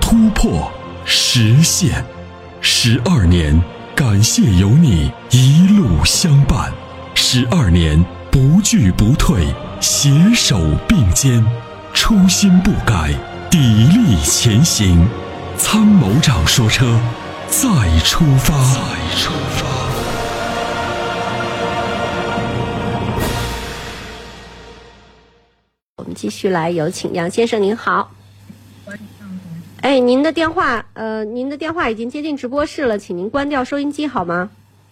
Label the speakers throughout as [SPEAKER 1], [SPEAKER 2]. [SPEAKER 1] 突破、实现，十二年，感谢有你一路相伴，十二年不惧不退，携手并肩，初心不改，砥砺前行。”参谋长说：“车，再出发。”再出发。
[SPEAKER 2] 我们继续来有请杨先生，您好。哎，您的电话，呃，您的电话已经接进直播室了，请您关掉收音机好吗？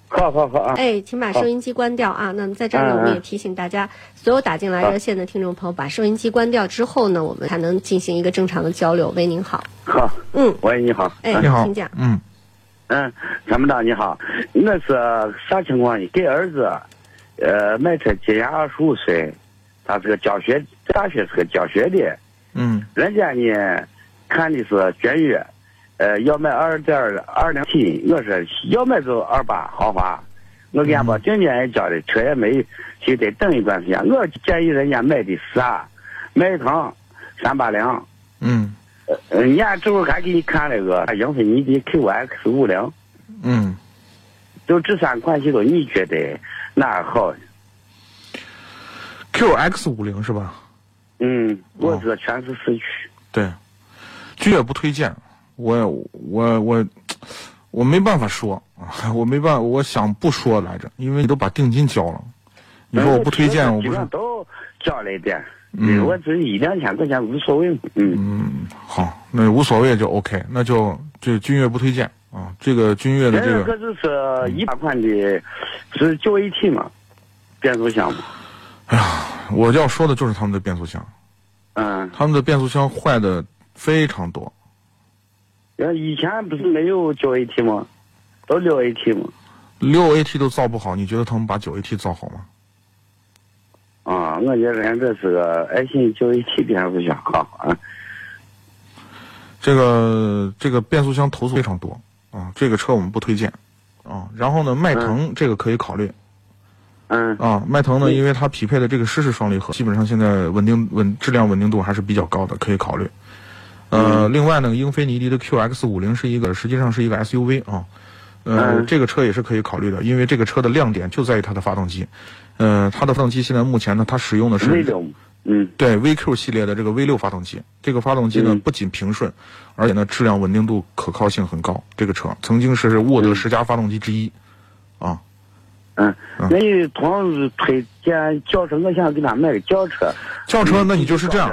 [SPEAKER 3] 好好好啊！
[SPEAKER 2] 哎，请把收音机关掉啊！那么在这儿呢，
[SPEAKER 3] 嗯嗯
[SPEAKER 2] 我们也提醒大家，所有打进来热线的听众朋友，把收音机关掉之后呢，我们才能进行一个正常的交流。喂，您好。
[SPEAKER 3] 好，
[SPEAKER 2] 嗯，
[SPEAKER 3] 喂，你好，
[SPEAKER 2] 哎，
[SPEAKER 4] 你好
[SPEAKER 2] 请讲，。
[SPEAKER 4] 嗯，
[SPEAKER 3] 嗯，参谋长你好，那是啥情况？给儿子，呃，买车今年二十五岁，他是个教学，大学是个教学的，
[SPEAKER 4] 嗯，
[SPEAKER 3] 人家呢看的是君越，呃，要买二点二零 T，我说要买就二八豪华，我给俺
[SPEAKER 2] 嗯
[SPEAKER 3] 把证件也交了，车也没，就得等一段时间。我建议人家买的啥？迈腾三八零。
[SPEAKER 4] 嗯，
[SPEAKER 3] 呃，人家这会儿还给你看了个哎英菲尼迪 QX 五零，
[SPEAKER 4] 嗯，
[SPEAKER 3] 就这三款系统，你觉得哪好？
[SPEAKER 4] QX 五零是吧？
[SPEAKER 3] 嗯，我
[SPEAKER 4] 哦
[SPEAKER 3] 这全是市区。
[SPEAKER 4] 对，拒绝不推荐。我我我我没办法说， 我没办，我想不说来着，因为你都把定金交了。你说哦我不推荐，我
[SPEAKER 3] 基本
[SPEAKER 4] 不是
[SPEAKER 3] 上都交了一点，
[SPEAKER 4] 嗯
[SPEAKER 3] 嗯，我只一两千块钱无所谓。嗯，
[SPEAKER 4] 好，那无所谓就 OK，那就这君越不推荐啊。这个君越的
[SPEAKER 3] 人
[SPEAKER 4] 这
[SPEAKER 3] 家
[SPEAKER 4] 个
[SPEAKER 3] 可就是一百款的，是九 AT 嘛，变速箱嘛。
[SPEAKER 4] 我要说的就是他们的变速箱，
[SPEAKER 3] 嗯，
[SPEAKER 4] 他们的变速箱坏的非常多。
[SPEAKER 3] 然后以前不是没有九 AT 吗？都六 AT 嘛。
[SPEAKER 4] 六 AT 都造不好，你觉得他们把九 AT 造好吗？
[SPEAKER 3] 啊，我觉得人家这是个哎爱信九 AT 变速箱啊。啊
[SPEAKER 4] 这个这个变速箱投诉非常多啊，这个车我们不推荐啊。然后呢，迈腾这个可以考虑
[SPEAKER 3] 嗯
[SPEAKER 4] 啊，迈腾呢，
[SPEAKER 3] 嗯
[SPEAKER 4] 因为它匹配的这个湿式双离合，基本上现在稳定稳质量稳定度还是比较高的，可以考虑。呃，
[SPEAKER 3] 嗯
[SPEAKER 4] 另外呢，英菲尼迪的 QX 五零是一个实际上是一个 SUV 啊，呃，
[SPEAKER 3] 嗯
[SPEAKER 4] 这个车也是可以考虑的，因为这个车的亮点就在于它的发动机，呃，它的发动机现在目前呢，它使用的是
[SPEAKER 3] 那种，嗯。
[SPEAKER 4] 对 VQ 系列的这个 V 六发动机，这个发动机呢
[SPEAKER 3] 嗯
[SPEAKER 4] 不仅平顺，而且呢质量稳定度可靠性很高。这个车曾经是沃德十佳发动机之一，啊，
[SPEAKER 3] 嗯，那你同时推荐轿车，我想给他买个轿车。
[SPEAKER 4] 轿车那你就是这样，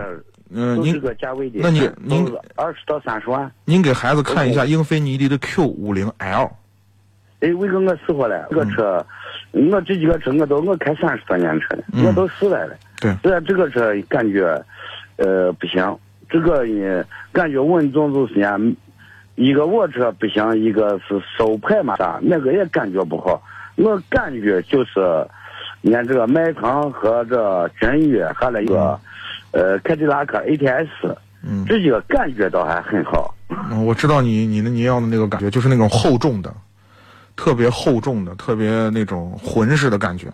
[SPEAKER 4] 嗯、
[SPEAKER 3] 都是
[SPEAKER 4] 您
[SPEAKER 3] 个价位的，
[SPEAKER 4] 那你您
[SPEAKER 3] 二十到三十万。
[SPEAKER 4] 您给孩子看一下英菲尼迪的 Q 五零 L，
[SPEAKER 3] 哎，为个我试过了，这个车，我这几个车我都我开三十多年车了，
[SPEAKER 4] 嗯
[SPEAKER 3] 我都试来了。
[SPEAKER 4] 对
[SPEAKER 3] 虽啊然这个车感觉，呃，不行，这个呢，感觉稳重就是呢，啊一个我车不行，一个是手排嘛啥，那个也感觉不好。我感觉就是，你看这个迈腾和这君越，还有一个，呃，凯迪拉克 ATS，
[SPEAKER 4] 嗯，
[SPEAKER 3] 这几个感觉倒还很好。
[SPEAKER 4] 嗯我知道你你的你要的那个感觉，就是那种厚重的，特别厚重的，特别那种浑实的感觉。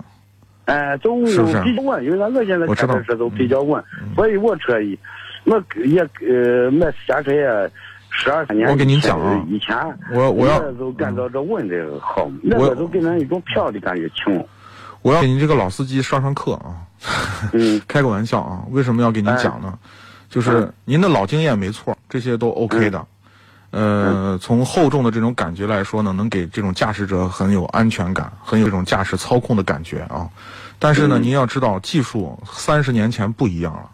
[SPEAKER 3] 哎，都
[SPEAKER 4] 是不是
[SPEAKER 3] 比较稳，因为俺我现在
[SPEAKER 4] 我知
[SPEAKER 3] 开
[SPEAKER 4] 道嗯
[SPEAKER 3] 的车都比较稳，所以我车也，我也呃买私家车也十二三年。
[SPEAKER 4] 我给您讲啊
[SPEAKER 3] 以前
[SPEAKER 4] 我我要嗯
[SPEAKER 3] 那都感到这稳的好，那个都给人一种飘的感觉 轻。
[SPEAKER 4] 我要给你这个老司机上上课啊，
[SPEAKER 3] 嗯
[SPEAKER 4] 开个玩笑啊，为什么要给您讲呢？就是您的老经验没错，这些都 OK 的。呃，从厚重的这种感觉来说呢，能给这种驾驶者很有安全感，很有这种驾驶操控的感觉啊。但是呢，您要知道，技术三十年前不一样了。
[SPEAKER 3] 嗯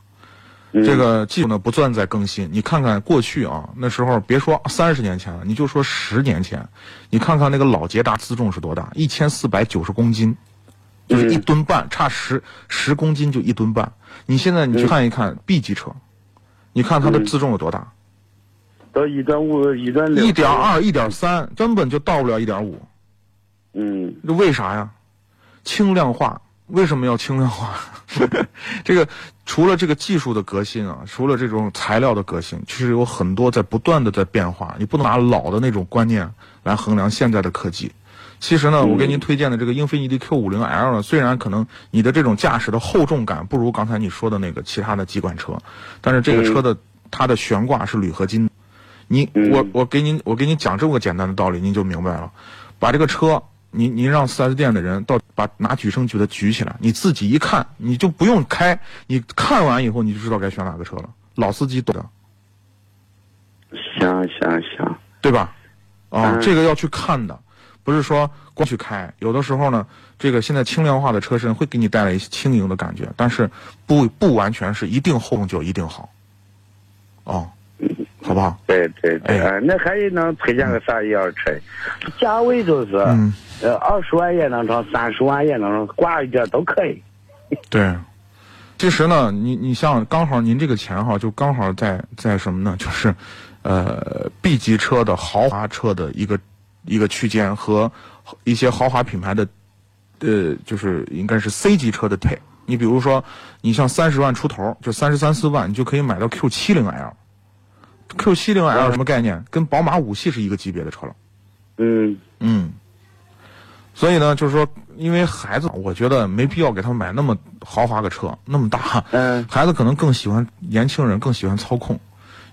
[SPEAKER 4] 这个技术呢不断在更新。你看看过去啊，那时候别说三十年前了，你就说十年前，你看看那个老捷达自重是多大，一千四百九十公斤，就是一吨半，差十十公斤就一吨半。你现在你去看一看 B 级车，你看它的自重有多大，
[SPEAKER 3] 到一点五、一点六，
[SPEAKER 4] 一点二、一点三，根本就到不了一点五。
[SPEAKER 3] 嗯，
[SPEAKER 4] 这为啥呀？轻量化为什么要轻量化？ 这个除了这个技术的革新啊，除了这种材料的革新，其实有很多在不断的在变化。你不能拿老的那种观念来衡量现在的科技。其实呢，我给您推荐的这个英菲尼迪 Q 五零 L 呢，虽然可能你的这种驾驶的厚重感不如刚才你说的那个其他的几款车，但是这个车的它的悬挂是铝合金的。你我我给您我给您讲这么个简单的道理，您就明白了。把这个车，您您让 4S 店的人到把拿举升举它举起来，你自己一看，你就不用开，你看完以后你就知道该选哪个车了。老司机懂的，
[SPEAKER 3] 行行行，
[SPEAKER 4] 对吧？啊，
[SPEAKER 3] 嗯
[SPEAKER 4] 这个要去看的，不是说光去开。有的时候呢，这个现在轻量化的车身会给你带来一些轻盈的感觉，但是不不完全是一定厚重就一定好，哦，好不好？
[SPEAKER 3] 对对对，
[SPEAKER 4] 哎
[SPEAKER 3] 哎那还能推荐个啥一样车？价位就是，
[SPEAKER 4] 嗯
[SPEAKER 3] 呃，二十万也能成，三十万也能成，挂一点都可以。
[SPEAKER 4] 对，其实呢，你你像刚好您这个钱哈，就刚好在在什么呢？就是，呃，B 级车的豪华车的一个一个区间和一些豪华品牌的，呃，就是应该是 C 级车的配。你比如说，你像三十万出头，就三十三四万，你就可以买到 Q 七零 L。Q 七零 L 什么概念？跟宝马五系是一个级别的车了。
[SPEAKER 3] 嗯，
[SPEAKER 4] 嗯，所以呢，就是说，因为孩子，我觉得没必要给他们买那么豪华的车，那么大。
[SPEAKER 3] 嗯
[SPEAKER 4] 孩子可能更喜欢年轻人更喜欢操控，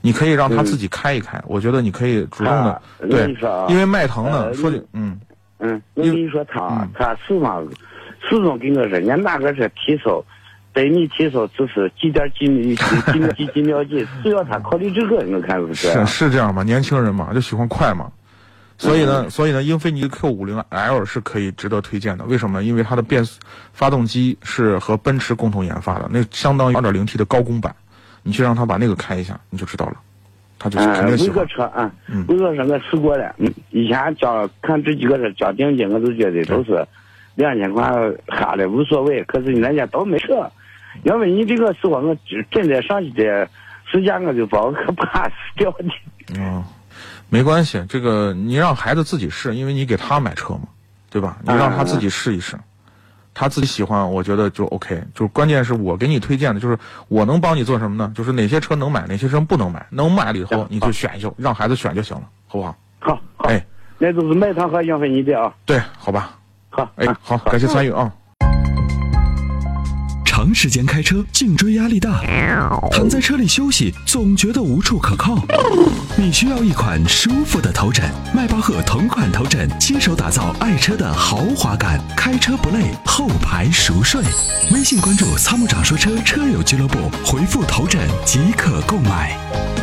[SPEAKER 4] 你可以让他
[SPEAKER 3] 嗯
[SPEAKER 4] 自己开一开。我觉得你可以主动的，
[SPEAKER 3] 啊我跟
[SPEAKER 4] 对
[SPEAKER 3] 你说啊，
[SPEAKER 4] 因为迈腾呢，
[SPEAKER 3] 呃
[SPEAKER 4] 说句嗯，
[SPEAKER 3] 嗯，我跟你说他，他始嘛，始终跟我说，人家哪个是提速，对你提速只是几点几米、几几几几秒几，只要他考虑这个，你看是不啊是？
[SPEAKER 4] 是是这样嘛，年轻人嘛就喜欢快嘛。所以
[SPEAKER 3] 嗯
[SPEAKER 4] 呢，所以呢，英菲尼迪 Q 5 0 L 是可以值得推荐的。为什么呢？因为它的变速发动机是和奔驰共同研发的，那相当于 2.0T 的高功版。你去让他把那个开一下，你就知道了，他就是肯
[SPEAKER 3] 嗯，
[SPEAKER 4] 定
[SPEAKER 3] 每
[SPEAKER 4] 喜欢。
[SPEAKER 3] 个车啊
[SPEAKER 4] 嗯，
[SPEAKER 3] 每个车我试过了。嗯，以前交看这几个车交定金，我都觉得都
[SPEAKER 4] 嗯
[SPEAKER 3] 是两千块哈的无所谓。可是人家都没车，要不你这个时候我真的上去的时间我就把我可怕死掉的。
[SPEAKER 4] 嗯，没关系，这个你让孩子自己试，因为你给他买车嘛，对吧？你让他自己试一试，他自己喜欢，我觉得就 OK。就是关键是我给你推荐的，就是我能帮你做什么呢？就是哪些车能买，哪些车不能买，能买了以后
[SPEAKER 3] 行
[SPEAKER 4] 你就选就让孩子选就行了，好不好？
[SPEAKER 3] 好，好，
[SPEAKER 4] 哎，
[SPEAKER 3] 那就是迈腾和英菲尼迪啊。
[SPEAKER 4] 对，好吧，
[SPEAKER 3] 嗯好，
[SPEAKER 4] 哎，好，感谢参与啊。
[SPEAKER 1] 长时间开车，颈椎压力大，躺在车里休息，总觉得无处可靠。你需要一款舒服的头枕，迈巴赫同款头枕，亲手打造爱车的豪华感，开车不累，后排熟睡。微信关注“参谋长说车”车友俱乐部，回复“头枕”即可购买。